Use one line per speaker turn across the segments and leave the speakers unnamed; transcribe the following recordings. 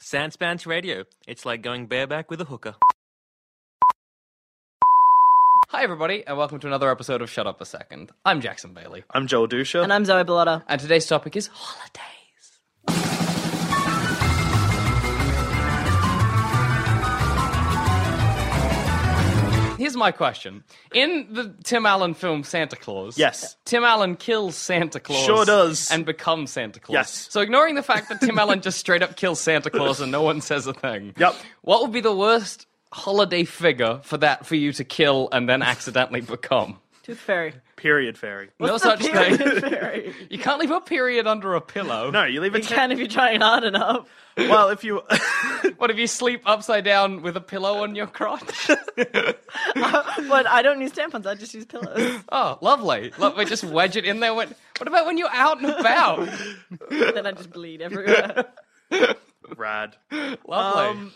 Sanspants Radio. It's like going bareback with a hooker.
Hi, everybody, and welcome to another episode of Shut Up a Second. I'm Jackson Bailey,
I'm Joel Dusha.
And I'm Zoe Bellotta.
and today's topic is holidays. Here's my question. In the Tim Allen film Santa Claus,
Yes.
Tim Allen kills Santa Claus.
Sure does.
And becomes Santa Claus.
Yes.
So ignoring the fact that Tim Allen just straight up kills Santa Claus and no one says a thing.
Yep.
What would be the worst holiday figure for that for you to kill and then accidentally become?
Tooth Fairy.
Period fairy.
no
What's
such
the period
thing.
Fairy.
You can't leave a period under a pillow.
No, you leave
You
it.
can if you're trying hard enough.
well, if you
What if you sleep upside down with a pillow on your crotch?
But I don't use tampons, I just use pillows.
oh, lovely. Lovely. Just wedge it in there. When, what about when you're out and about?
then I just bleed everywhere.
rad.
Lovely.
Um,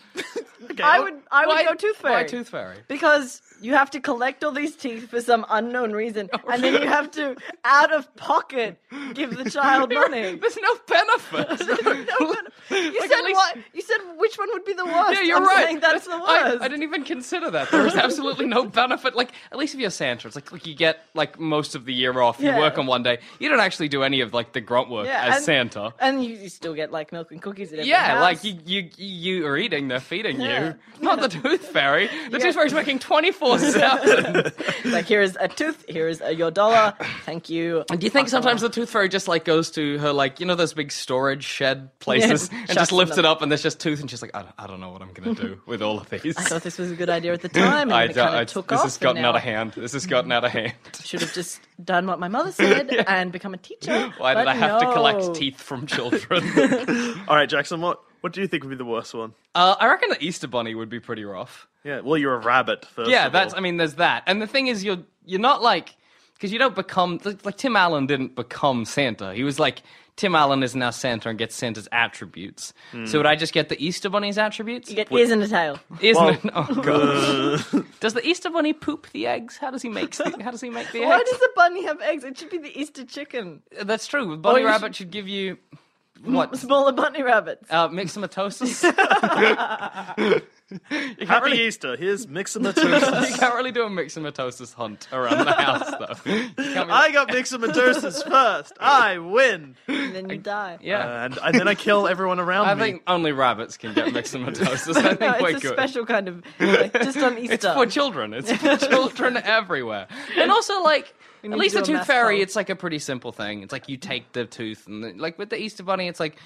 okay,
I
well,
would I would
Why-
go Tooth Fairy.
Why tooth fairy?
because you have to collect all these teeth for some unknown reason, and then you have to, out of pocket, give the child money.
There's no benefit.
You
Like, at
said
least-
what? You said which one would be the worst?
Yeah, you're
I'm
right.
Saying that's the
I-
worst.
I, didn't even consider that. There is absolutely no benefit. Like, at least if you're Santa, it's like, like you get like most of the year off. You
Yeah.
work on one day. You don't actually do any of like the grunt work
Yeah,
as
and-
Santa.
And you, you still get like milk and cookies at every
yeah,
house.
like you, you, you are eating. They're feeding
Yeah.
you. Not the tooth fairy. The
Yeah.
tooth fairy's working twenty four seven.
like here is a tooth, here is a, your dollar. Thank you.
Do you think sometimes the tooth fairy just like goes to her like you know those big storage shed places
Yeah,
and
shuts
just lifts
them
it up and there's just tooth and she's like I don't, I don't know what I'm gonna do with all of these.
I thought this was a good idea at the time, and
I
then it
don't-
kind
I-
of took
this
off.
has gotten
and now
out of hand. This has gotten out of hand.
Should have just done what my mother said and become a teacher.
Why did
but
I have to
no.
collect teeth from children?
all right, Jackson. What what do you think would be the worst one?
uh, I reckon the Easter Bunny would be pretty rough.
Yeah. Well, you're a rabbit. First
yeah,
of
that's.
all.
I mean, there's that. And the thing is, you're you're not like because you don't become like, like Tim Allen didn't become Santa. He was like Tim Allen is now Santa and gets Santa's attributes.
Hmm.
So would I just get the Easter Bunny's attributes?
You get ears and a tail.
Isn't it? Oh god.
uh,
does the Easter Bunny poop the eggs? How does he make? The, how does he make the
Why
eggs?
does the bunny have eggs? It should be the Easter chicken.
That's true. Bunny
you
rabbit should give you what?
Smaller bunny rabbits.
Uh, myxomatosis. you, can't
Happy
really,
Easter. Here's mixomatosis.
you can't really do a myxomatosis hunt around the house, though. You can't be like,
I got mixomatosis first. I win.
and then you die.
yeah.
And, and then I kill everyone around
I
me.
think only rabbits can get myxomatosis. I think
No,
we're
it's a
good.
special kind of like, just on Easter.
It's for children. It's for children everywhere. And also, like, at
need
least
to
the
do a
tooth
math
fairy,
poll.
it's like a pretty simple thing. It's like you take the tooth, and the- like with the Easter bunny, it's like,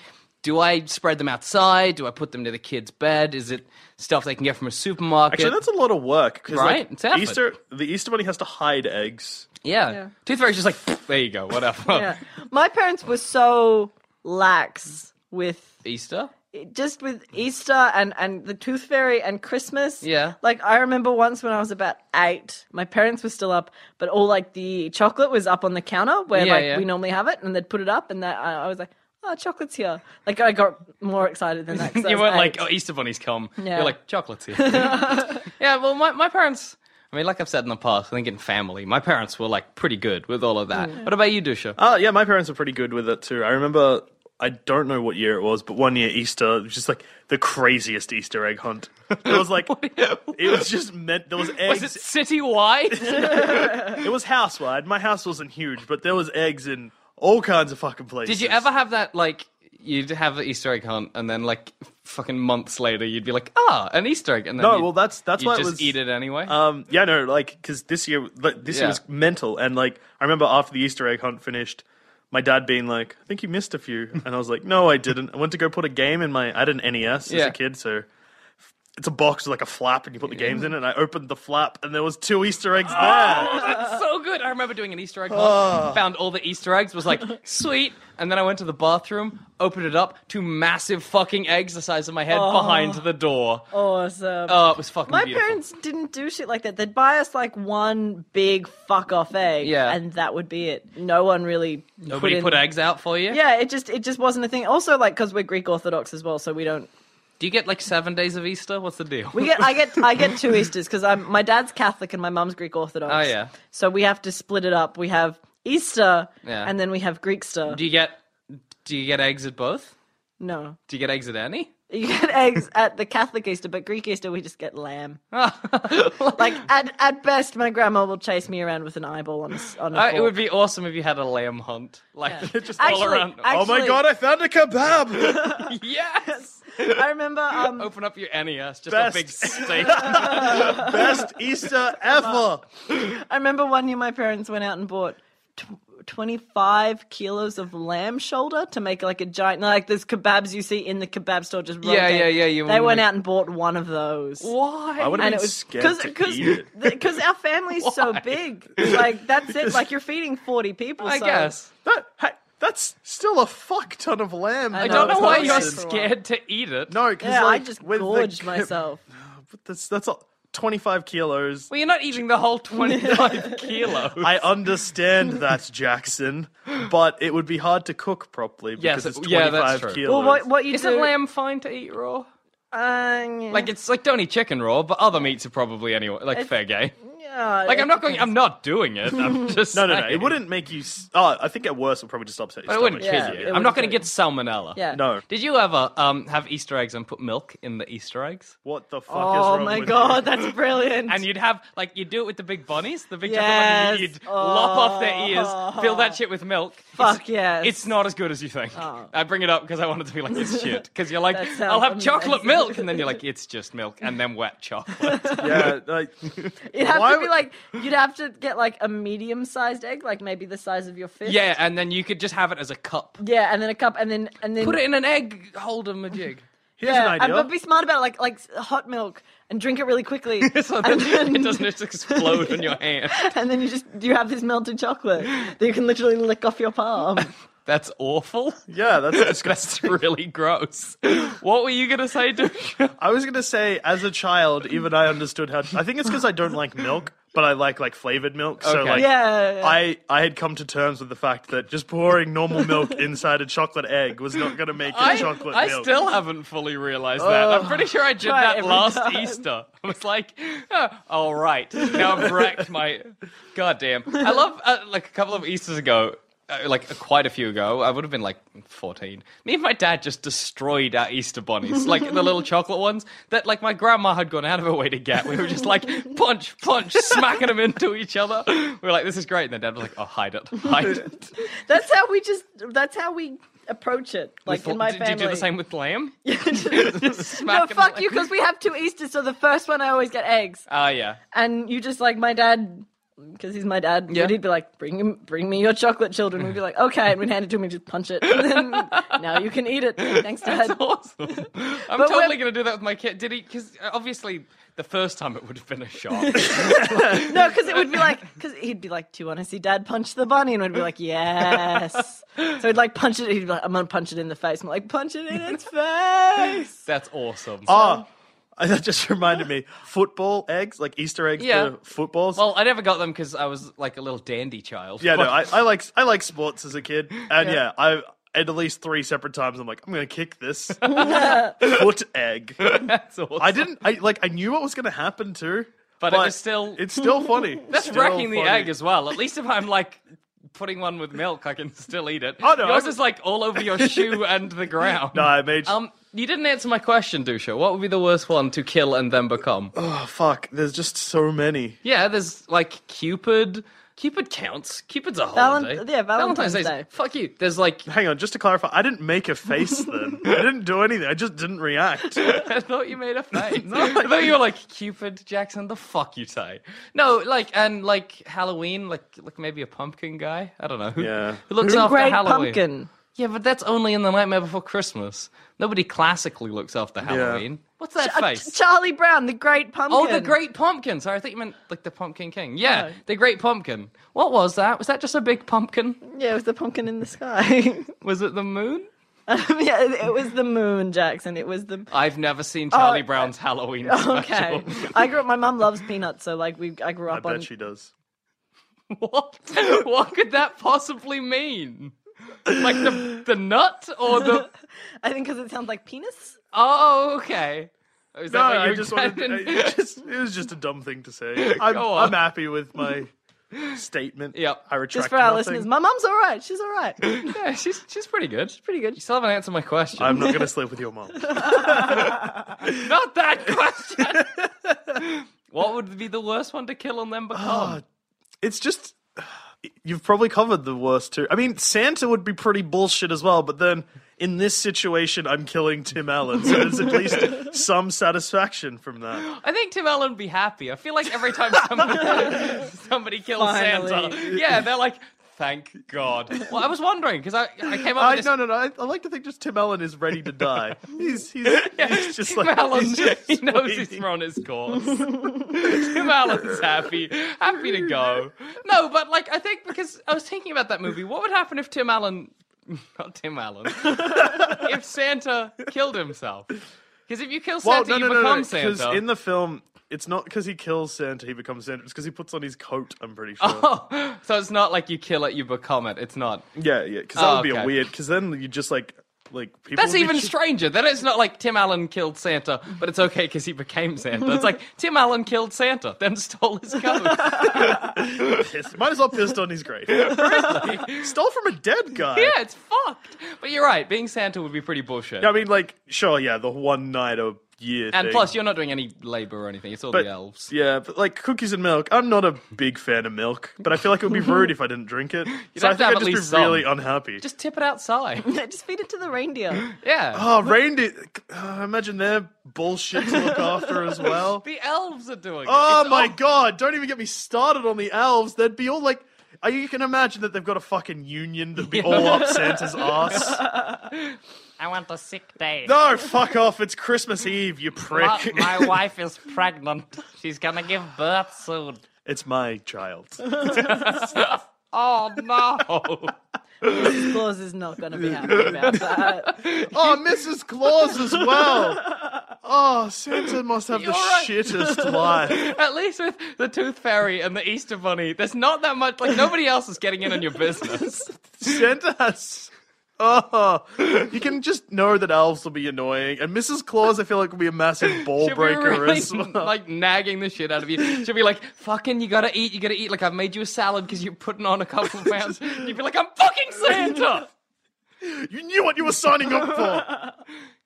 do I spread them outside? Do I put them near the kid's bed? Is it stuff they can get from a supermarket?
Actually, that's a lot of work. 'cause,
Right,
like,
it's effort.
Easter. The Easter bunny has to hide eggs.
yeah.
Yeah.
Tooth fairy's just like, there you go, whatever.
Yeah. My parents were so lax with
Easter?
just with Easter and, and the Tooth Fairy and Christmas.
Mm. Yeah.
Like, I remember once when I was about eight, my parents were still up, but all like the chocolate was up on the counter where
Yeah,
like
yeah.
we normally have it, and they'd put it up, and that, I, I was like, oh, chocolate's here. Like, I got more excited than that. 'cause I
you
was
weren't like,
eight.
oh, Easter bunnies come.
Yeah.
You're like, chocolates here. yeah, well, my, my parents, I mean, like I've said in the past, I think in family, my parents were like pretty good with all of that.
Mm.
What about you, Dusha?
Oh, yeah, my parents were pretty good with it too. I remember, I don't know what year it was, but one year Easter, it was just like the craziest Easter egg hunt. It was like, it was just meant, there was eggs.
Was it citywide?
it was housewide. My house wasn't huge, but there was eggs in all kinds of fucking places.
Did you ever have that, like, you'd have the Easter egg hunt, and then, like, fucking months later, you'd be like, ah, an Easter egg. And then
No,
you'd-
well, that's that's
you'd
why
just
it was.
eat it anyway.
Um, yeah, no, like because this year, like, this
Yeah.
year was mental, and like I remember after the Easter egg hunt finished, my dad being like, "I think you missed a few," and I was like, "No, I didn't. I went to go put E a game in my. I had an NES
Yeah.
as a kid, so it's a box with like a flap, and you put the games in it. And I opened the flap, and there was two Easter eggs
Oh,
there.
that's so good. I remember doing an Easter egg hunt,
Ah.
found all the Easter eggs, was like, sweet. And then I went to the bathroom, opened it up, two massive fucking eggs the size of my
Ah.
head behind the door. Oh,
Awesome.
it was fucking
My
beautiful.
parents didn't do shit like that. They'd buy us like one big fuck off egg,
Yeah.
and that would be it. No one really
Nobody
in-
put eggs out for you?
Yeah, it just it just wasn't a thing. Also, like because we're Greek Orthodox as well, so we don't.
Do you get like seven days of Easter? What's the deal?
We get I get I get two Easters because I'm my dad's Catholic and my mum's Greek Orthodox.
Oh, yeah.
So we have to split it up. We have Easter,
Yeah.
and then we have Greekster.
do you get do you get eggs at both?
no,
Do you get eggs at any?
you get eggs at the Catholic Easter, but Greek Easter we just get lamb.
Oh.
like at at best, my grandma will chase me around with an eyeball on a, s- on a
Uh, it
fork.
would be awesome if you had a lamb hunt. Like just all
Actually-
around.
I-
Oh my
actually-
god, I found a kebab.
yes.
I remember um,
Open up your NES, just
Best.
a big steak.
Best Easter ever.
I remember one year my parents went out and bought tw- 25 kilos of lamb shoulder to make like a giant, like those kebabs you see in the kebab store just rolled
Yeah,
in.
yeah, yeah, you
They
wanna
went
make-
out and bought one of those.
Why?
I would have
And
been
it was
scared to eat it.
because our family's so big. Like that's it. Like you're feeding forty people.
I
so-
guess.
That, hey, that's still a fuck ton of lamb.
I
I
per
don't
No,
know why
it's
you're
not
person.
for a
scared to eat it.
No, because
Yeah,
like,
I just
with the
gorged
ke-
myself.
But that's that's all, 25 kilos.
Well, you're not eating the whole 25 kilos.
I understand that, Jackson, but it would be hard to cook properly
Yes,
because it's
yeah,
25
that's true.
kilos.
Well, what what you
Isn't
do?
lamb fine to eat raw?
Uh, yeah.
Like it's like don't eat chicken raw, but other meats are probably anyway like fair game.
Yeah,
Like
it
I'm not going. I'm not doing it. I'm just
no, no, no.
saying.
It wouldn't make you. s- Oh, I think at worst it would probably just upset your
But it wouldn't
stomach.
Yeah,
kill
it
you. I'm not
wouldn't
going to
kill you.
get salmonella.
Yeah.
No.
Did you ever um, have Easter eggs and put milk in the Easter eggs?
What the fuck is
Oh
wrong
my
with
god,
You?
that's brilliant.
And you'd have like you'd do it with the big bunnies, the big
Yes.
chocolate
Oh.
bunny. You'd lop off their ears, fill that shit with milk.
Fuck
it's,
yes. Oh.
It's not as good as you think. I bring it up because I wanted to be like it's shit. Because you're like,
That sounds
I'll have chocolate
amazing.
milk, and then you're like, it's just milk, and then wet chocolate.
Yeah, like,
It'd have
Why
to be
would-
like you'd have to get like a medium sized egg, like maybe the size of your fist.
yeah, and then you could just have it as a cup.
Yeah, and then a cup, and then and then
Put it in an egg holder majig.
here's
yeah,
an idea.
and- but be smart about it, like like hot milk and drink it really quickly.
so that
and, then,
it doesn't just explode on your hand.
and then you just you have this melted chocolate that you can literally lick off your palm.
That's awful.
yeah, that's
That's
disgusting.
really gross. What were you gonna say, Dusha?
I was gonna say, as a child, even I understood how. I think it's because I don't like milk, but I like like flavored milk. So
Okay.
like,
yeah,
I, I had come to terms with the fact that just pouring normal milk inside a chocolate egg was not going to make it chocolate
I
milk.
still haven't fully realized
Oh,
that. I'm pretty sure I did
try it
that
every
last
time.
Easter. I was like, oh, all right, now I've wrecked my. Goddamn. I love, uh, like, a couple of Easters ago. Uh, like quite a few ago, I would have been like fourteen. Me and my dad just destroyed our Easter bunnies, like the little chocolate ones that like my grandma had gone out of her way to get. We were just like punch, punch, smacking them into each other. We were like, "This is great," and then dad was like, "Oh, hide it, hide it."
that's how we just that's how we approach it. Like in my
did
family,
you do the same with lamb?
no,
Smack 'em
fuck
like-
you, because we have two Easters. So the first one I always get eggs.
Oh yeah.
and you just like my dad because he's my dad
Yeah.
yeah. he'd be like bring him bring me your chocolate children we'd be like okay and we'd hand it to him and just punch it and then now you can eat it thanks dad
That's awesome. I'm
But
totally
when-
going to do that with my kid. Did he? Because obviously, the first time it would have been a shock.
no because it would be like because he'd be like do you want to see dad punch the bunny and we'd be like yes so he'd like punch it he'd be like I'm gonna punch it in the face I'm like punch it in its face
That's awesome.
Ah, that just reminded me. Football eggs, like Easter eggs
Yeah.
for footballs.
well, I never got them because I was like a little dandy child.
yeah, no,
But-
I, I like I like sports as a kid, and yeah, I at least three separate times I'm like, I'm going to kick this foot egg.
that's awesome.
I didn't. I like. I knew what was going to happen too,
But it was still-
It's still funny.
That's
Still
wrecking the
funny.
egg as well. At least if I'm like putting one with milk, I can still eat it.
Oh, no,
Yours
I'm-
is like all over your shoe and the ground.
No, I made.
Um, you didn't answer my question, Dusha. What would be the worst one to kill and then become?
oh fuck! There's just so many.
Yeah, there's like Cupid. Cupid counts. Cupid's a
Valen-
holiday.
yeah, Valentine's
Day's-
Day.
Fuck you. There's like
Hang on, just to clarify, I didn't make a face then. I didn't do anything. I just didn't react.
I thought you made a face. I thought you were like Cupid Jackson. The fuck you say? No, like and like Halloween, like like maybe a pumpkin guy. I don't know who,
Yeah.
who looks after
great
Halloween.
pumpkin
Yeah, but that's only in the Nightmare Before Christmas. Nobody classically looks after Halloween. What's that
Uh,
face?
Charlie Brown, the Great Pumpkin.
Oh, the Great Pumpkin. Sorry, I thought you meant like the Pumpkin King. Yeah, the Great Pumpkin. What was that? Was that just a big pumpkin?
Yeah, it was the pumpkin in the sky.
Was it the moon?
Um, yeah, it was the moon, Jackson. It was the
I've never seen Charlie
uh,
Brown's Halloween
okay.
special.
I grew up. My mum loves peanuts, so like we, I grew
I
up
bet
on.
she does.
What? What could that possibly mean? Like the the nut or the?
I think because it sounds like penis.
Oh, okay. Is
No,
that what
I
you're
just wanted.
getting?
I just, it was just a dumb thing to say. I'm,
Go on.
I'm happy with my statement.
Yep.
I retract
Just for our
nothing.
listeners, my mum's all right. She's all right.
yeah, she's she's pretty good. She's
Pretty
You
good.
still haven't answered my question.
I'm not going to sleep with your mom.
Not that question. what would be the worst one to kill and then
Ah.
become?
it's just you've probably covered the worst two. I mean, Santa would be pretty bullshit as well, but then in this situation, I'm killing Tim Allen, so there's at least some satisfaction from that.
I think Tim Allen would be happy. I feel like every time somebody, somebody kills Santa,
Finally.
yeah, they're like, thank God. Well, I was wondering because I, I came up
I,
with this.
no, no, no. I, I like to think just Tim Allen is ready to die. He's he's, he's just
Tim
like
Allen,
he's just
he knows he's
waiting.
run his course. Tim Allen's happy, happy to go. No, but like I think because I was thinking about that movie, what would happen if Tim Allen, not Tim Allen, if Santa killed himself? Because if you kill
Well,
Santa,
no, no,
you
no,
become
no, because
Santa.
in the film, it's not because he kills Santa, he becomes Santa. It's because he puts on his coat. I'm pretty sure.
Oh, so it's not like you kill it, you become it. It's not.
Yeah, yeah. Because
Oh,
that would be
okay.
a weird. Because then you just like like people.
That's
would be
even
ch-
stranger. Then it's not like Tim Allen killed Santa, but it's okay because he became Santa. It's like Tim Allen killed Santa, then stole his coat.
pissed. Might as well pissed on his grave. Stole from a dead guy.
yeah, it's fucked. But you're right. Being Santa would be pretty bullshit.
I mean, like, sure, yeah, the one night a year.
and
thing.
plus, you're not doing any labor or anything. It's all
but,
the elves.
Yeah, but like cookies and milk. I'm not a big fan of milk, but I feel like it would be rude if I didn't drink it. so I
have to
think I'd
have at
just be
least some.
really unhappy.
Just tip it outside.
Just feed it to the reindeer.
Yeah.
oh, reindeer. Uh, imagine their bullshit to look after as well.
The elves are doing
Oh
it. It's
my
all-
god, don't even get me started on the elves. They'd be all like uh, you can imagine that they've got a fucking union that'd be all up Santa's ass.
I want a sick day.
No, fuck off. It's Christmas Eve,
Uh,
you prick.
My, my wife is pregnant. She's gonna give birth soon.
it's my child.
Oh no!
Mrs. Claus is not going to be happy about that.
Oh, Mrs. Claus as well. Oh, Santa must have
You're
the
right.
shittest life.
At least with the Tooth Fairy and the Easter Bunny, there's not that much. Like nobody else is getting in on your business.
Santa has. Oh, you can just know that elves will be annoying, and Mrs. Claus, I feel like, will be a massive ball
She'll be
breaker
really,
as well.
like nagging the shit out of you. She'll be like, "Fucking, you gotta eat, you gotta eat." Like I've made you a salad because you're putting on a couple of pounds. You'd be like, "I'm fucking Santa."
you knew what you were signing up for.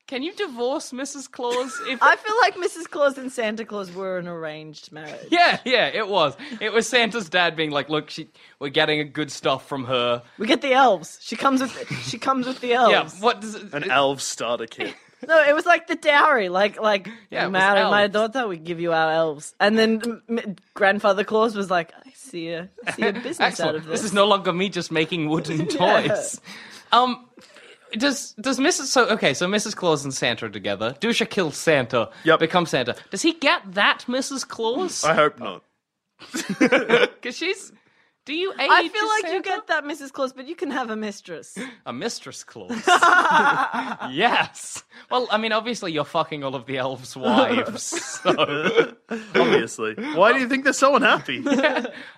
Can you divorce Mrs. Claus? If
I feel like Mrs. Claus and Santa Claus were an arranged marriage.
yeah, yeah, it was. It was Santa's dad being like, "Look, she, we're getting good stuff from her."
We get the elves. She comes with she comes with the elves.
Yeah, what does it?
An elf starter kit.
No, it was like the dowry, like like
Yeah, it was
marry my
elves.
daughter, we give you our elves. And then m- m- grandfather Claus was like, I see a I see a business out
Excellent.
of
This
this.
is no longer me just making wooden toys. Um, does does Mrs. So okay, so Mrs. Claus and Santa are together. Dusha kills Santa.
Yep.
Becomes Santa. Does he get that Mrs. Claus?
I hope not.
Because she's. Do you age?
I feel
as
like
Santa?
you get that, Mrs. Claus, but you can have a mistress.
a Mistress Claus. yes. Well, I mean, obviously you're fucking all of the elves' wives, so
Obviously. Why do you think they're so unhappy?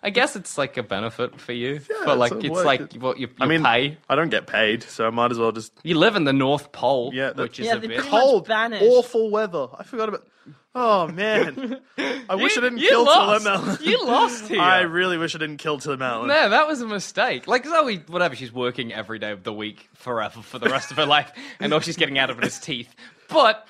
I guess it's like a benefit for you.
it's
but like
a
it's
work.
like what you, you
I mean,
pay.
I don't get paid, so I might as well just.
You live in the North Pole,
Yeah, that-
which is
Yeah,
a
they
bit.
pretty much
Cold,
banished.
awful weather. I forgot about. Oh man, I wish I didn't
you
kill
lost.
Tim Allen.
You lost here.
I really wish I didn't kill Tim Allen.
no, that was a mistake. Like Zoe, whatever, she's working every day of the week forever for the rest of her life, and all she's getting out of it is teeth. But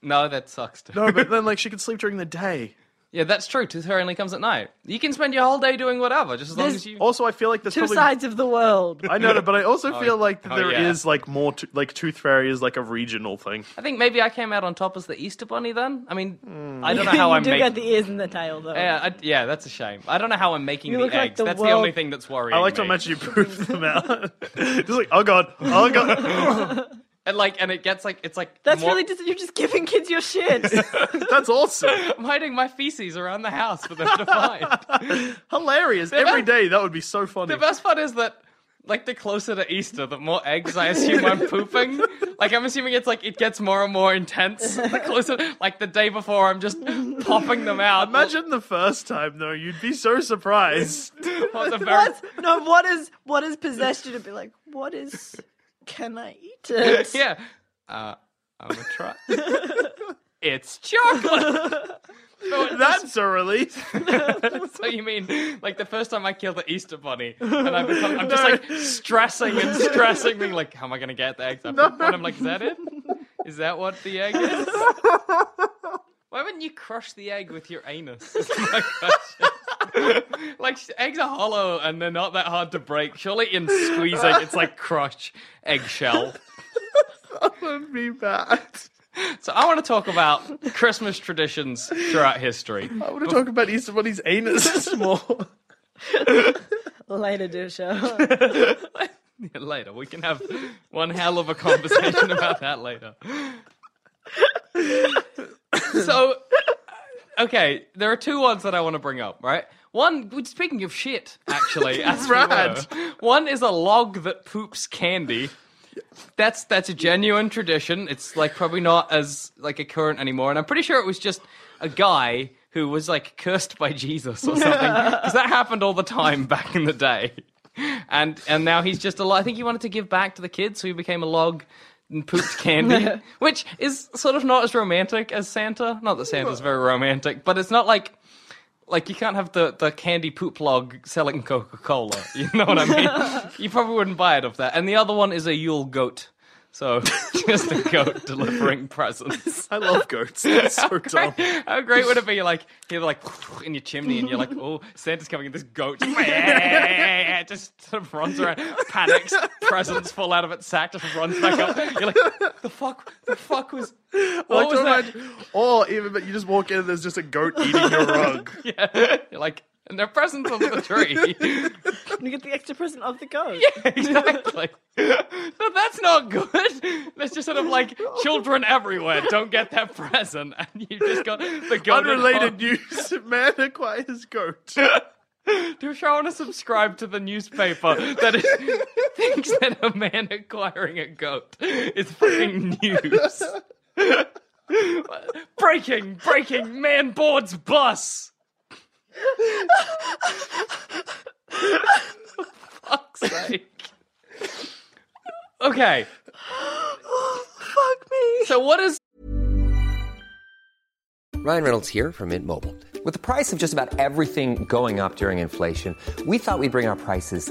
no, that sucks too.
No, but then like she could sleep during the day.
Yeah, that's true. Tooth fairy only comes at night. You can spend your whole day doing whatever, just as long
There's
as you.
Also, I feel like there's
Two
probably.
sides of the world.
I know, but I also feel like that
oh,
there is
yeah.
like more to, like Tooth Fairy is like a regional thing.
I think maybe I came out on top as the Easter Bunny. Then I mean, I don't know how
you
I'm
do
making.
get Hmm. the ears and the tail though.
yeah, I, yeah, that's a shame. I don't know how I'm making
You
the
look like
eggs.
the
that's the
world-
only thing that's worrying.
I like to
me.
imagine you prove them out. Just like oh god, oh god.
and like, and it gets like, it's like
That's
more-
really just you're just giving kids your shit.
That's awesome.
I'm hiding my feces around the house for them to find.
Hilarious. Every
best-
day that would be so funny.
the best part is that, like, the closer to Easter, the more eggs I assume I'm pooping. Like, I'm assuming it's like it gets more and more intense. The closer, like, the day before, I'm just popping them out.
Imagine the first time though, you'd be so surprised.
Well, the very-
What's, no, what is what is possessed you to be like? What is? Can I eat it?
yeah. Uh, I'm a try. it's chocolate. No, it-
That's a relief.
so you mean like the first time I kill the Easter bunny, and I become, I'm just like stressing and stressing, being like, "How am I gonna get the eggs?" I put one, I'm like, "Is that it? Is that what the egg is?" Why wouldn't you crush the egg with your anus? Is my question. like eggs are hollow and they're not that hard to break. Surely in squeezing, it's like crush eggshell.
That'd be bad.
So I want to talk about Christmas traditions throughout history.
I want to talk about Easter Bunny's anus more.
Later, do show.
later. We can have one hell of a conversation about that later. so, okay, there are two ones that I want to bring up, right? One, speaking of shit, actually, as we
Rad.
were, one is a log that poops candy. That's that's a genuine tradition. It's like probably not as like a current anymore, and I'm pretty sure it was just a guy who was like cursed by Jesus or something, because that happened all the time back in the day. And and now he's just a log. I think he wanted to give back to the kids, so he became a log and pooped candy, which is sort of not as romantic as Santa. Not that Santa's very romantic, but it's not like like you can't have the, the candy poop log selling Coca Cola. You know what I mean? you probably wouldn't buy it off that. And the other one is a Yule goat. So just a goat delivering presents.
I love goats. That's so dumb.
How great would it be? Like you're like in your chimney, and you're like, "Oh, Santa's coming!" And this goat just, just sort of runs around, panics, presents fall out of its sack, just runs back up. You're like, "The fuck? The fuck was? What
Like,
was
don't
that?"
imagine- or even but you just walk in and there's just a goat eating your rug.
Yeah. You're like, and their presents under the tree.
You get the extra present of the goat.
exactly. No, that's not good. That's just sort of like children everywhere don't get that present, and you just got the goat.
Unrelated news: Man acquires goat.
Do you want to subscribe to the newspaper that is, thinks that a man acquiring a goat is fucking news? breaking, breaking, man boards bus. For fuck's sake. Okay,
Fuck me.
so what is
Ryan Reynolds here from Mint Mobile. With the price of just about everything going up during inflation, we thought we'd bring our prices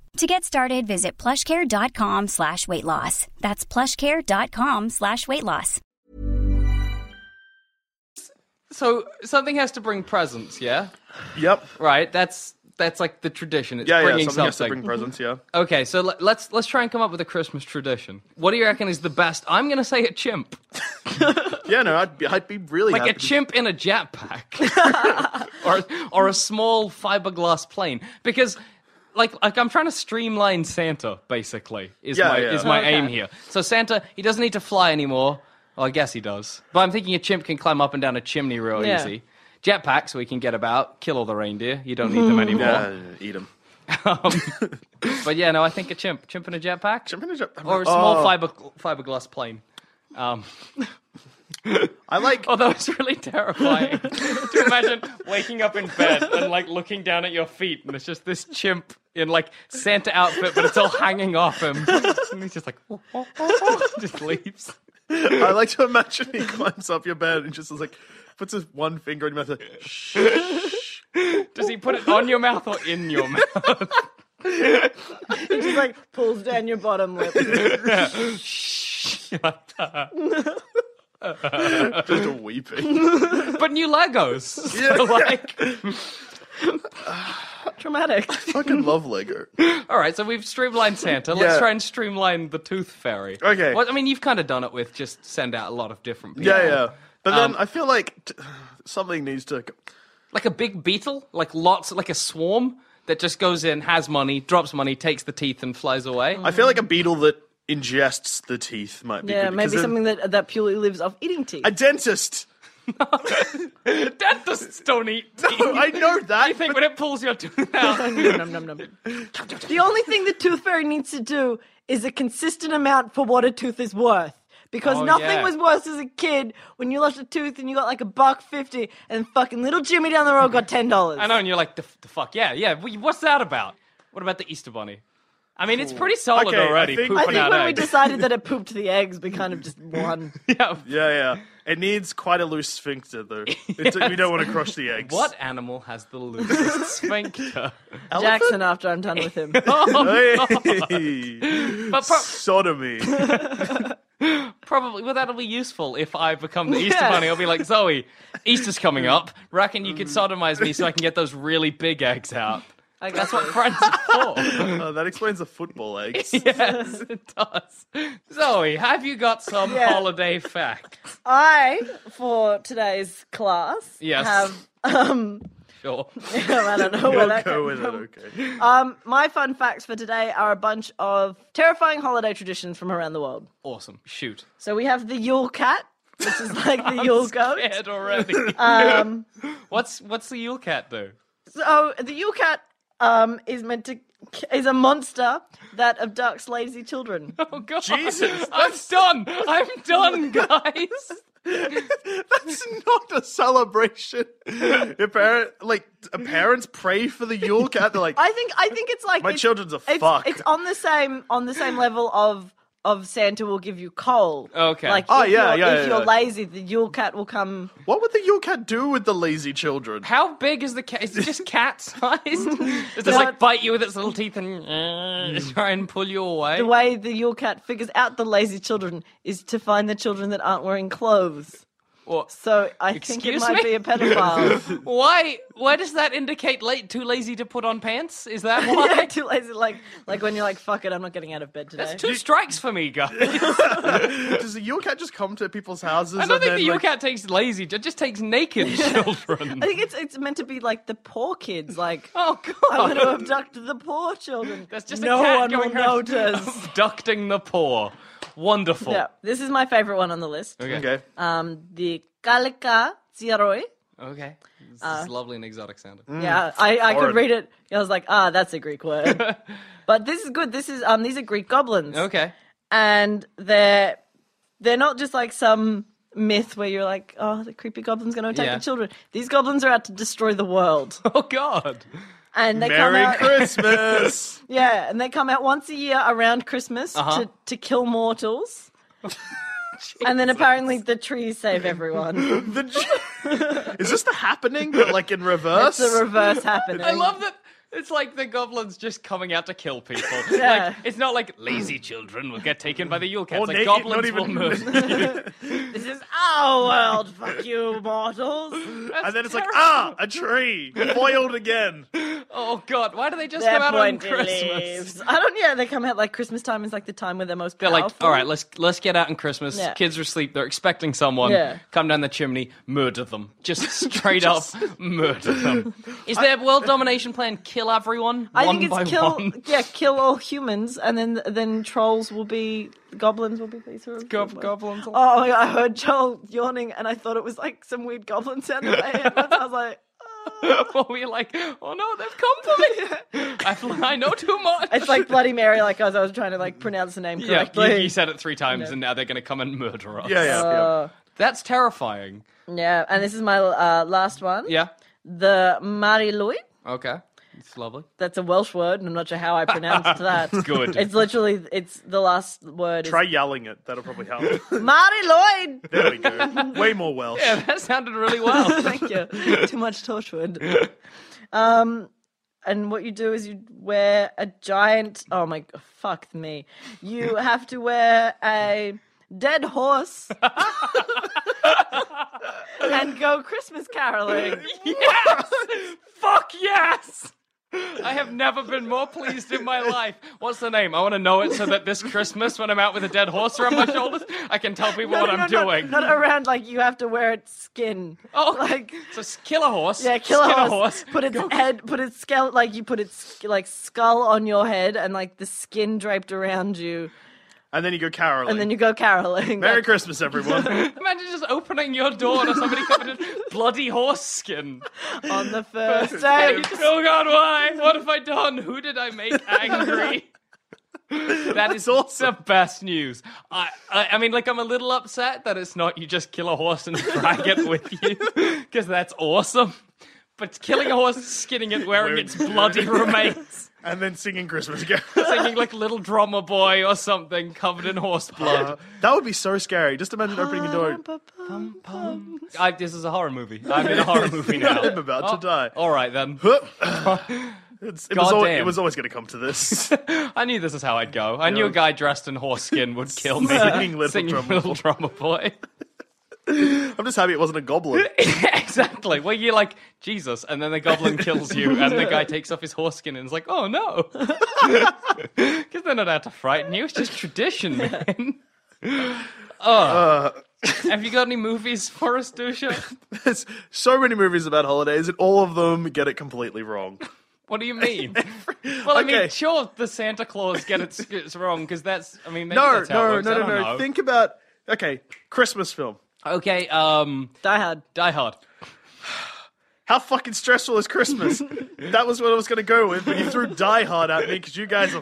To get started, visit plushcare.com slash weight loss. That's plushcare.com slash weight loss.
so something has to bring presents, yeah?
Yep.
Right, that's that's like the tradition. It's
Yeah, yeah.
bringing
Something, has to bring presents. Yeah.
Okay, so le- let's let's try and come up with a Christmas tradition. What do you reckon is the best? I'm gonna say a chimp,
Yeah. No, I'd be, I'd be really
like
happy
a chimp in a jetpack, or or a small fiberglass plane, because. Like, like I'm trying to streamline Santa. Basically, is
Yeah,
my
yeah.
is my
Oh, Okay.
aim here. So Santa, he doesn't need to fly anymore. Well, I guess he does, but I'm thinking a chimp can climb up and down a chimney real
Yeah.
easy. Jetpack, so we can get about, kill all the reindeer. You don't need them anymore.
Yeah, eat them.
But yeah, no, I think a chimp, chimp in a jetpack,
Chimp in a jet-
or a small
Oh.
fiber fiberglass plane. Um,
I like
Although it's really terrifying.
to imagine waking up in bed and like looking down at your feet, and it's just this chimp
in like Santa outfit, but it's all hanging off him. And he's just like, just leaves.
I like to imagine he climbs up your bed and just is like puts his one finger in your mouth like shh.
Does he put it on your mouth or in your mouth?
He just like pulls down your bottom lip.
just weeping.
But new Legos.
Yeah.
So like,
Traumatic.
Fucking love Lego.
all right. So we've streamlined Santa. Let's
Yeah.
try and streamline the Tooth Fairy.
Okay.
Well, I mean, you've kind of done it with just send out a lot of different people.
Yeah, yeah. But
Um,
then I feel like t- something needs to.
Like a big beetle, like lots, like a swarm that just goes in, has money, drops money, takes the teeth, and flies away.
I feel like a beetle that ingests the teeth might be.
Yeah,
good,
maybe
'cause then-
something that that purely lives off eating teeth.
A dentist.
Dentists don't eat teeth.
Oh, I know that.
I think when it pulls your tooth out.
Nom, nom, nom, nom. the only thing the tooth fairy needs to do is a consistent amount for what a tooth is worth. Because
Oh,
nothing
yeah.
was worse as a kid when you lost a tooth and you got like a buck fifty, and fucking little Jimmy down the road got ten dollars.
I know, and you're like, the, f- the fuck, yeah, yeah. we- What's that about? What about the Easter Bunny? I mean, it's pretty solid
Okay, I
already.
think-
I
pooping
think
out
when we
eggs.
decided that it pooped the eggs, we kind of just won.
Yeah.
Yeah, yeah. It needs quite a loose sphincter, though. It, we don't want to crush the eggs.
What animal has the loosest sphincter?
Jackson, after I'm done with him,
Hey.
Oh, But pro-
Sodomy.
probably, well, that'll be useful if I become the Easter
Yeah.
Bunny. I'll be like, Zoe, Easter's coming up. Reckon you could
Mm.
sodomize me so I can get those really big eggs out. Like, that's what friends are for.
Oh, that explains the football eggs.
yes, it does. Zoe, have you got some
Yeah.
holiday fact?
I for today's class
Yes.
have um
Sure.
I don't know where
We'll
that
go
came
with it,
from.
Oh, okay.
Um, my fun facts for today are a bunch of terrifying holiday traditions from around the world.
Awesome. Shoot.
So we have the Yule Cat, which is like the Yule Goat.
Scared already.
Oh, Um,
what's what's the Yule Cat do?
so the Yule Cat um, is meant to is a monster that abducts lazy children.
Oh god.
Jesus,
I'm done. I'm done, guys.
That's not a celebration. Your parent, like, a parents pray for the Yule cat. They're like,
I think I think it's like
My
it's,
children's a
it's,
fuck.
It's on the same on the same level of of Santa will give you coal.
Okay.
Like
Oh,
if
yeah,
you're,
yeah,
if
yeah,
you're
yeah.
lazy, the Yule Cat will come.
what would the Yule cat do with the lazy children?
How big is the cat? Is it just cat sized? Does it like bite you with its little teeth and uh, try and pull you away?
The way the Yule Cat figures out the lazy children is to find the children that aren't wearing clothes.
What?
So I think it
Excuse
might
me?
be a pedophile.
Why? Why does that indicate late too lazy to put on pants? Is that why?
yeah, too lazy. Like, like when you're like, fuck it, I'm not getting out of bed today.
That's two strikes for me, guys.
Does the Yule cat just come to people's houses?
I don't
and
think
then,
the Yule
like,
Cat takes lazy. It just takes naked children.
I think it's it's meant to be like the poor kids. Like,
Oh
I'm
god.
going to abduct the poor children.
That's just
no
a cat
one
going
will
around
notice.
abducting the poor. Wonderful.
yeah, this is my favorite one on the list.
Okay.
Um, the Kalika Tsiroi.
Okay. This
Uh.
is lovely and exotic sounding.
Yeah, I, I could
foreign.
read it. I was like, ah, that's a Greek word. but this is good. This is um, these are Greek goblins.
Okay.
and they're they're not just like some myth where you're like, oh, the creepy goblin's going to attack
Yeah.
the children. These goblins are out to destroy the world,
Oh god.
and they come
Merry
out,
Christmas!
yeah, and they come out once a year around Christmas
Uh-huh.
to to kill mortals. and then apparently the trees save everyone.
The j- Is this the happening, but like in reverse?
The reverse happening.
I love that it's like the goblins just coming out to kill people.
Yeah.
Like it's not like lazy children will get taken by the Yule cat.
Or
It's like
naked,
goblins
not even-
will move.
This is our world. Fuck you, mortals.
and then it's like, ah, a tree boiled again.
oh god, why do they just
Their
come out on
pointy
Christmas?
leaves. I don't. Yeah, they come out like Christmas time is like the time where they're most.
They're like,
powerful.
all right, let's let's get out on Christmas.
Yeah.
Kids are asleep. They're expecting someone.
Yeah.
Come down the chimney, murder them. Just straight up murder them. Is their world domination plan kill everyone?
I
one
think it's
by
kill,
one?
yeah, kill all humans, and then then trolls will be goblins will be these sort of
Gob- goblins.
Oh, my God, I heard Joel yawning, and I thought it was like some weird goblin sound. That I, heard once. I was like, "Oh."
well, we're like, oh no, they've come for me. I, fl- I know too much.
it's like Bloody Mary, like as I was trying to like pronounce the name
yeah,
correctly.
you, you said it three times, and now they're going to come and murder us.
Yeah, yeah. yeah.
Uh,
That's terrifying.
Yeah, and this is my uh, last one.
Yeah.
The Marilui.
Okay. It's lovely.
That's a Welsh word, and I'm not sure how I pronounced that. Good. It's literally it's the last word.
Try yelling it. That'll probably help.
is Marilui.
there we go. Way more Welsh.
That sounded really well.
Thank you. Too much Torchwood. Um, and what you do is you wear a giant. Oh my g- fuck me! You have to wear a dead horse and go Christmas caroling.
Fuck yes! I have never been more pleased in my life. What's the name? I want to know it so that this Christmas, when I'm out with a dead horse around my shoulders, I can tell people what
No, no,
I'm
no,
doing.
Not around like you have to wear its skin.
Oh,
like
so s- kill a horse.
yeah, kill
skin
a horse. Put its head, put its skull, like you put its like skull on your head, and like the skin draped around you,
And then you go caroling.
and then you go caroling.
Merry Christmas, everyone.
Imagine just opening your door to somebody covered in bloody horse skin.
on the first day.
oh God, why? What have I done? Who did I make angry? That is
awesome.
the best news. I, I, I mean, like, I'm a little upset that it's not you just kill a horse and drag it with you, because that's awesome. But killing a horse, skinning it, wearing its bloody remains,
and then singing Christmas again.
singing like Little Drummer Boy or something, covered in horse blood.
Uh, that would be so scary. Just imagine opening a door.
I, this is a horror movie. I'm in a horror movie now.
I'm about to die.
All right then.
It's- it, was al-
Oh, Goddamn.
it was always going to come to this.
I knew this is how I'd go. I knew a guy dressed in horse skin would kill me.
Singing Little
Singing
Drummer
Little Drummer Boy.
I'm just happy it wasn't a goblin.
exactly. Well, you're like Jesus, and then the goblin kills you, and the guy takes off his horse skin and is like, "Oh no," because they're not out to frighten you. It's just tradition, man.
Uh.
Oh. Have you got any movies for us, Dusha?
There's so many movies about holidays, and all of them get it completely wrong.
What do you mean? Well, I
Okay.
mean, sure, the Santa Claus get it it's wrong because that's. I mean, maybe
No,
that's how it
no, no,
works. I
no,
don't
no.
know.
Think about okay, Christmas film.
Okay, um,
Die Hard.
Die Hard.
How fucking stressful is Christmas? that was what I was going to go with, but you threw Die Hard at me because you guys are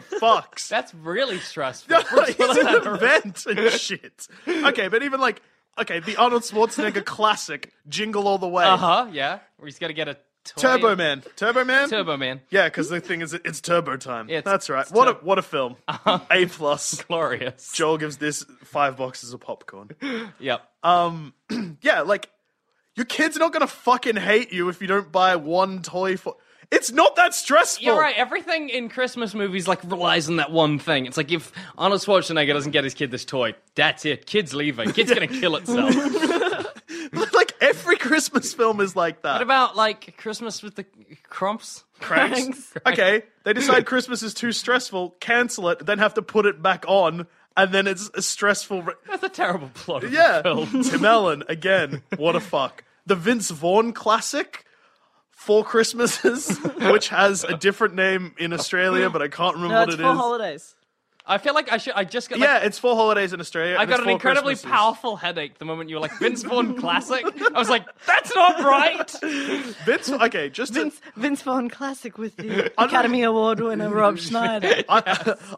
fucks.
That's really stressful.
It's an event and shit. Okay, but even like okay, the Arnold Schwarzenegger classic, Jingle All the Way,
Uh huh. Yeah, where he's got to get a toy-
Turbo Man, Turbo Man,
Turbo Man.
Yeah, because the thing is, it's Turbo Time.
Yeah, it's- Uh-huh.
That's right.
it's
What a
tur-
what a film. A plus.
Glorious.
Joel gives this five boxes of popcorn.
Yep.
Yeah, like your kid's not gonna fucking hate you if you don't buy one toy for. It's not that stressful.
You're right. Everything in Christmas movies like relies on that one thing. It's like if Arnold Schwarzenegger doesn't get his kid this toy, that's it. Kid's leaving. Kid's gonna kill itself. what
like every Christmas film is like that.
about like Christmas with the Crumps?
Cranks? Okay, they decide Christmas is too stressful, cancel it, then have to put it back on, and then it's a stressful. Re-
That's a terrible plot. of a
yeah,
film.
Tim Allen again. What a fuck. The Vince Vaughn classic. Four Christmases, which has a different name in Australia, but I can't remember
No,
what
it's
it
for
is.
holidays.
I feel like I should. I just got. Like,
yeah, it's four holidays in Australia.
I
and it's
got an
Four
incredibly
Christmases.
powerful headache the moment you were like Vince Vaughn classic. I was like, that's not right.
Vince. Okay, just to-
Vince, Vince Vaughn classic with the Academy Award winner Rob Schneider.
Un-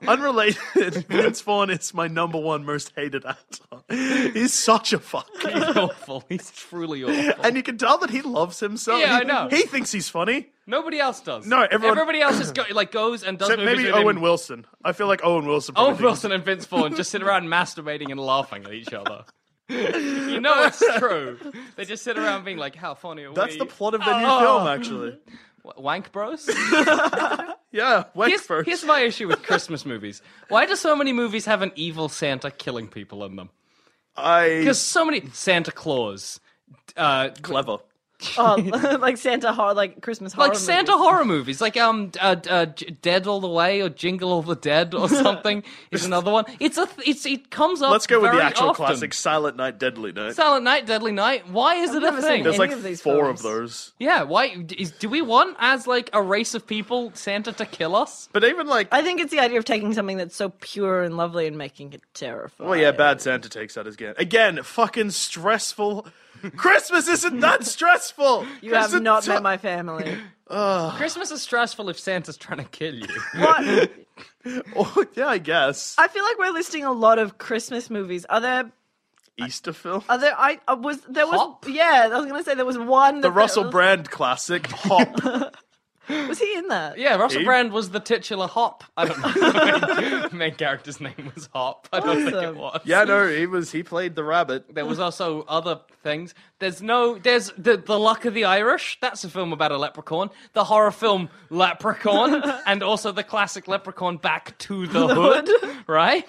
unrelated, Vince Vaughn is my number one most hated actor. He's such a fuck.
He's awful. He's truly awful.
And you can tell that he loves himself.
Yeah, I
He-
know.
He thinks he's funny.
Nobody else does.
No, everyone-
Everybody else just go, like goes and does
Except
movies
maybe
with him.
Owen Wilson. I feel like Owen Wilson. probably
Owen
thinks-
Wilson and Vince Vaughn just sit around masturbating and laughing at each other. you know it's true. They just sit around being like, "How funny are
That's
we?"
the plot of the new
Oh.
film, actually.
W- Wank Bros.
Yeah, wait
Here's,
first.
here's my issue with Christmas movies. Why do so many movies have an evil Santa killing people in them?
I
Because so many Santa Claus, uh,
clever.
oh, like Santa horror, like Christmas horror.
like Santa horror movies, like um, d- uh, d- uh, J- Dead All the Way or Jingle All the Dead or something is another one. It's a th- it's it comes up.
Let's go with the
very
actual
often.
classic Silent Night, Deadly Night.
Silent Night, Deadly Night. Why is it a
never seen
thing?
it.
There's like
Any of these
four
films.
of those.
Yeah, why d- is, do we want as like a race of people Santa to kill us?
But even like,
I think it's the idea of taking something that's so pure and lovely and making it terrifying.
well, yeah, Bad Santa takes out his gun again. Fucking stressful. Christmas isn't that stressful.
You have
Isn't
not
t-
met my family.
Christmas is stressful if Santa's trying to kill you.
What?
Oh, yeah, I guess.
I feel like we're listing a lot of Christmas movies. Are there
Easter film.
Are there? I uh, was there was
Hop?
yeah. I was gonna say there was one.
the
that-
Russell
was-
Brand classic, Hop.
was he in that?
Yeah, Russell
Abe?
Brand was the titular Hop. I don't know. the main character's name was Hop. I don't think it
Awesome.
was.
yeah, no, he was. He played the rabbit.
There was also other things. There's no. There's the the Luck of the Irish. That's a film about a leprechaun. The horror film Leprechaun, and also the classic Leprechaun Back to the, Hood. Right.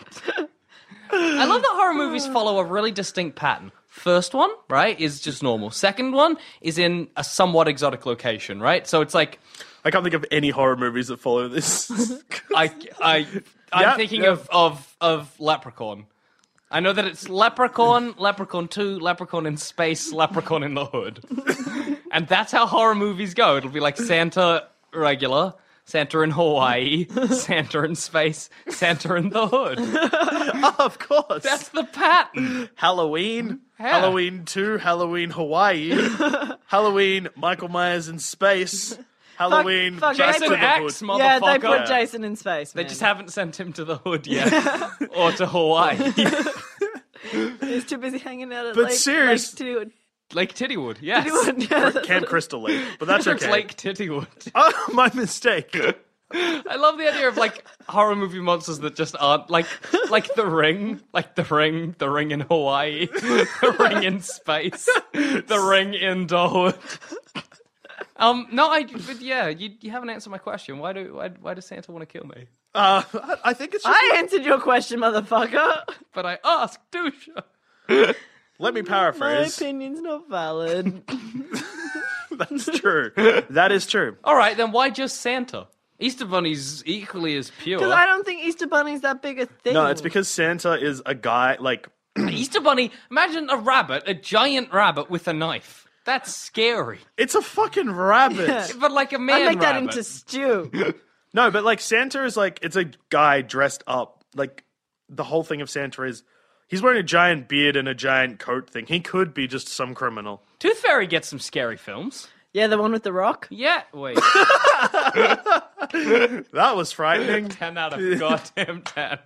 I love that horror movies follow a really distinct pattern. First one, right, is just normal. Second one is in a somewhat exotic location, right? So it's like
I can't think of any horror movies that follow this.
I, I, I'm
Yeah,
thinking
yeah.
of, of, of Leprechaun. I know that it's Leprechaun, Leprechaun 2, Leprechaun in Space, Leprechaun in the Hood. and that's how horror movies go. It'll be like Santa regular, Santa in Hawaii, Santa in Space, Santa in the Hood.
of course.
That's the pattern.
Halloween, Halloween 2, Halloween Hawaii, Halloween Michael Myers in space, Halloween
fuck,
Back
Jason
to the
X,
Hood.
motherfucker.
Yeah, they put Jason in space.
They just haven't sent him to the Hood yet, or to Hawaii.
He's too busy hanging out at
But
Lake,
serious-
Lake
Lake Tittywood, yes.
Tittywood. Yeah, that's-
Camp Crystal Lake, but that's
It's
okay.
Lake Tittywood.
Oh, my mistake.
I love the idea of like horror movie monsters that just aren't like like the ring, like the ring, the ring in Hawaii, the ring in space, the ring in Dawood. Um, no, I. But yeah, you you haven't answered my question. Why do why why does Santa want to kill me?
Uh, I- I think it's just.
I answered your question, motherfucker.
But I asked Dusha.
let me
My
paraphrase.
opinion's not valid.
That's true. That is true.
All right, then why just Santa? Easter Bunny's equally as pure.
Because I don't think Easter Bunny's that big a thing.
No, it's because Santa is a guy. Like,
Easter Bunny, imagine a rabbit, a giant rabbit with a knife. That's scary.
it's a fucking rabbit.
But like a man
I make that
rabbit.
into stew.
No, but like Santa is like it's a guy dressed up. Like the whole thing of Santa is he's wearing a giant beard and a giant coat thing. He could be just some criminal.
Tooth Fairy gets some scary films.
Yeah, the one with the rock.
Yeah, wait.
That was frightening.
10 out of goddamn 10.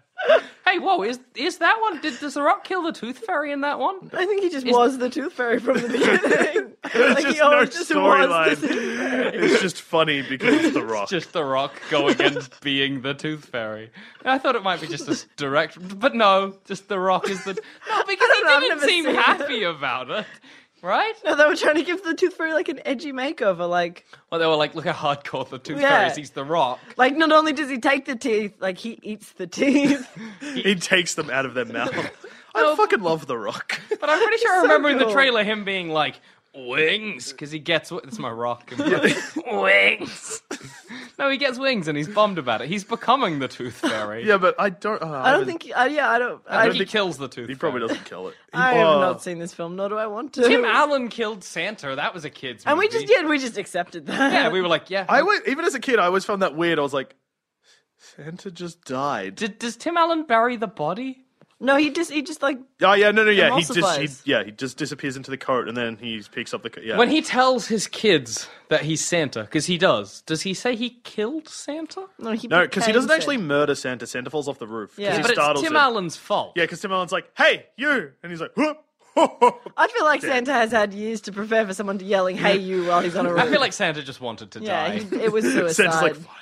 Hey, whoa, is is that one? Did, does The Rock kill the Tooth Fairy in that one?
I think he just was the Tooth Fairy from the beginning. like
There's
he
no
always just was. the-
storyline. It's just funny because it's The Rock.
Just The Rock going and being the Tooth Fairy. I thought it might be just a s- direct, but no, just The Rock is the. No, because he
know, I've
didn't
never
seem
seen it.
happy about it, right?
No, they were trying to give the Tooth Fairy like an edgy makeover. Like,
Well, they were like, look how hardcore the Tooth
Yeah.
Fairy is. He's The Rock.
like not only does he take the teeth, like he eats the teeth.
he takes them out of their mouth. I fucking love The Rock.
But I'm pretty sure I remember in the
cool.
trailer him being like, wings, because he gets. wi- It's my rock. wings! no, he gets wings and he's bummed about it. He's becoming the Tooth Fairy.
yeah, but I don't. Uh,
I don't think. Uh, yeah, I don't. I,
I
I,
think he kills the Tooth
he probably
Fairy.
doesn't kill it.
have
Oh.
not seen this film, nor do I want to.
Tim Allen killed Santa. That was a kid's
and we
movie.
just yeah, we just accepted that.
Yeah, we were like, yeah.
I wa- even as a kid, I always found that weird. I was like, Santa just died.
Did, does Tim Allen bury the body?
No, he just he just like
Oh yeah, no, no, yeah. He just, he,
Emulsifies.
yeah, he just disappears into the coat, and then he picks up the coat. Yeah.
When he tells his kids that he's Santa, because he does, does he say he killed Santa?
no he
No, because he
became
doesn't
sick.
actually murder Santa. Santa falls off the roof. 'cause
Yeah.
he
Yeah,
But it's
startles
Tim
him.
Allen's fault.
Yeah, because Tim Allen's like, "Hey, you," and he's like, "Whoop." ho, ho."
I feel like Santa has had years to prepare for someone to yelling "Hey you" while he's on a roof.
I feel like Santa just wanted to
yeah,
die.
he, it was suicide.
Santa's like, "Finally,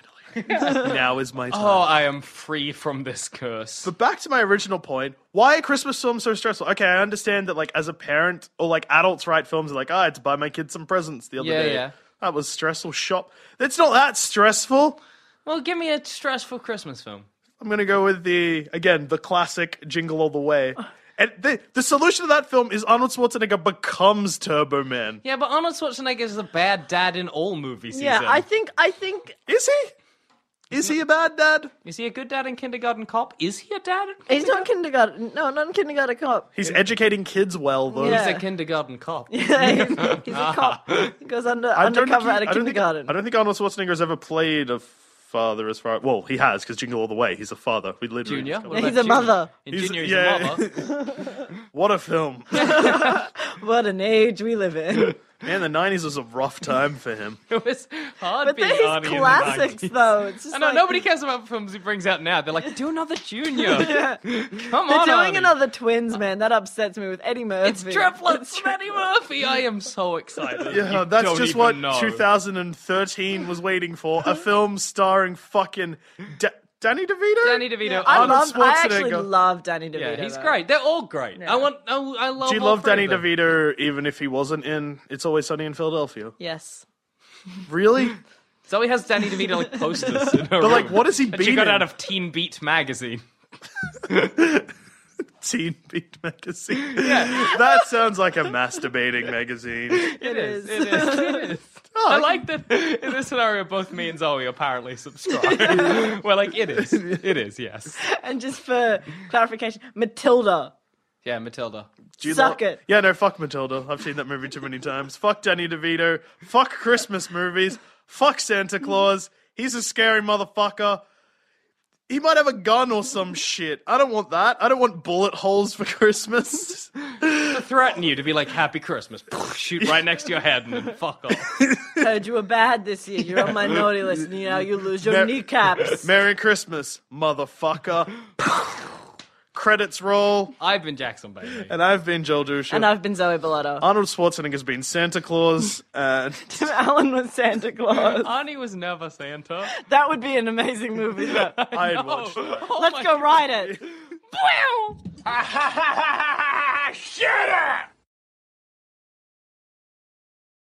now is my time."
Oh, I am free from this curse.
But back to my original point: Why are Christmas films so stressful? Okay, I understand that, like, as a parent or like adults write films, are like, "Ah, I had to buy my kids some presents the other
Yeah,
day."
yeah.
That was stressful. Shop. That's not that stressful.
Well, give me a stressful Christmas film.
I'm gonna go with the again the classic Jingle All the Way. And the, the solution to that film is Arnold Schwarzenegger becomes Turbo Man.
Yeah, but Arnold Schwarzenegger is the bad dad in all movies.
yeah, I think I think
Is he? Is he a bad dad?
is he a good dad in Kindergarten Cop? Is he a dad? in-
he's not kindergarten. No, not a kindergarten cop.
He's educating kids well, though.
Yeah.
He's a Kindergarten Cop.
he's, he's a cop. He goes under
I don't think
undercover
he-
at a
I don't think-
kindergarten.
I don't think Arnold Schwarzenegger has ever played a father as far. Well, he has because Jingle All the Way. He's a father. We literally.
Junior.
discovered-
What
He's
about
a mother.
In
He's-
Junior, he's
yeah.
a mother.
What a film!
what an age we live in.
Man, the '90s was a rough time for him.
It was hard
But
being
they're
Arnie
his
in the
classics,
90s.
though. It's just
I know
like,
nobody cares about films he brings out now. They're like, do another junior. Come
They're
on,
doing
Arnie.
another twins, man. That upsets me with Eddie Murphy.
It's triplets, Eddie Murphy. I am so excited.
Yeah,
You
that's
don't
just
even
what
know.
2013 was waiting for. A film starring fucking da- Danny DeVito?
Danny DeVito.
I
Arnold
love. I actually
Schwarzenegger.
love Danny DeVito.
Yeah, he's
though.
great. They're all great.
Yeah.
I want. I, I love.
Do you
all
love
three of
Danny
them.
DeVito even if he wasn't in It's Always Sunny in Philadelphia?
Yes.
Really?
Zoe has Danny DeVito like posters. in her
But like,
room.
what has he
That
been
she got
in?
out of Teen Beat magazine.
Teen Beat magazine. Yeah, that sounds like a masturbating magazine.
It is. Oh,
It is. It is. I like that in this scenario, both me and Zoe apparently subscribe. We're like, it is. It is, yes.
and just for clarification, Matilda.
Yeah, Matilda.
Do you
Suck
lo-
it.
Yeah, no, fuck Matilda. I've seen that movie too many times. Fuck Danny DeVito. Fuck Christmas movies. Fuck Santa Claus. He's a scary motherfucker. He might have a gun or some shit. I don't want that. I don't want bullet holes for Christmas.
Threaten you to be like, Happy Christmas. Shoot right next to your head and then fuck off.
Heard you were bad this year. You're on my naughty list. And, you know, you lose your
Mer-
kneecaps.
Merry Christmas, motherfucker. Credits roll.
I've been Jackson Baby.
And I've been Joel Dusha.
and I've been Zoe Bellotto.
Arnold Schwarzenegger's been Santa Claus, and
Tim Allen was Santa Claus.
Arnie was never Santa.
That would be an
Oh
amazing movie. though.
I'd watch.
Oh
Let's
my
go ride it.
God.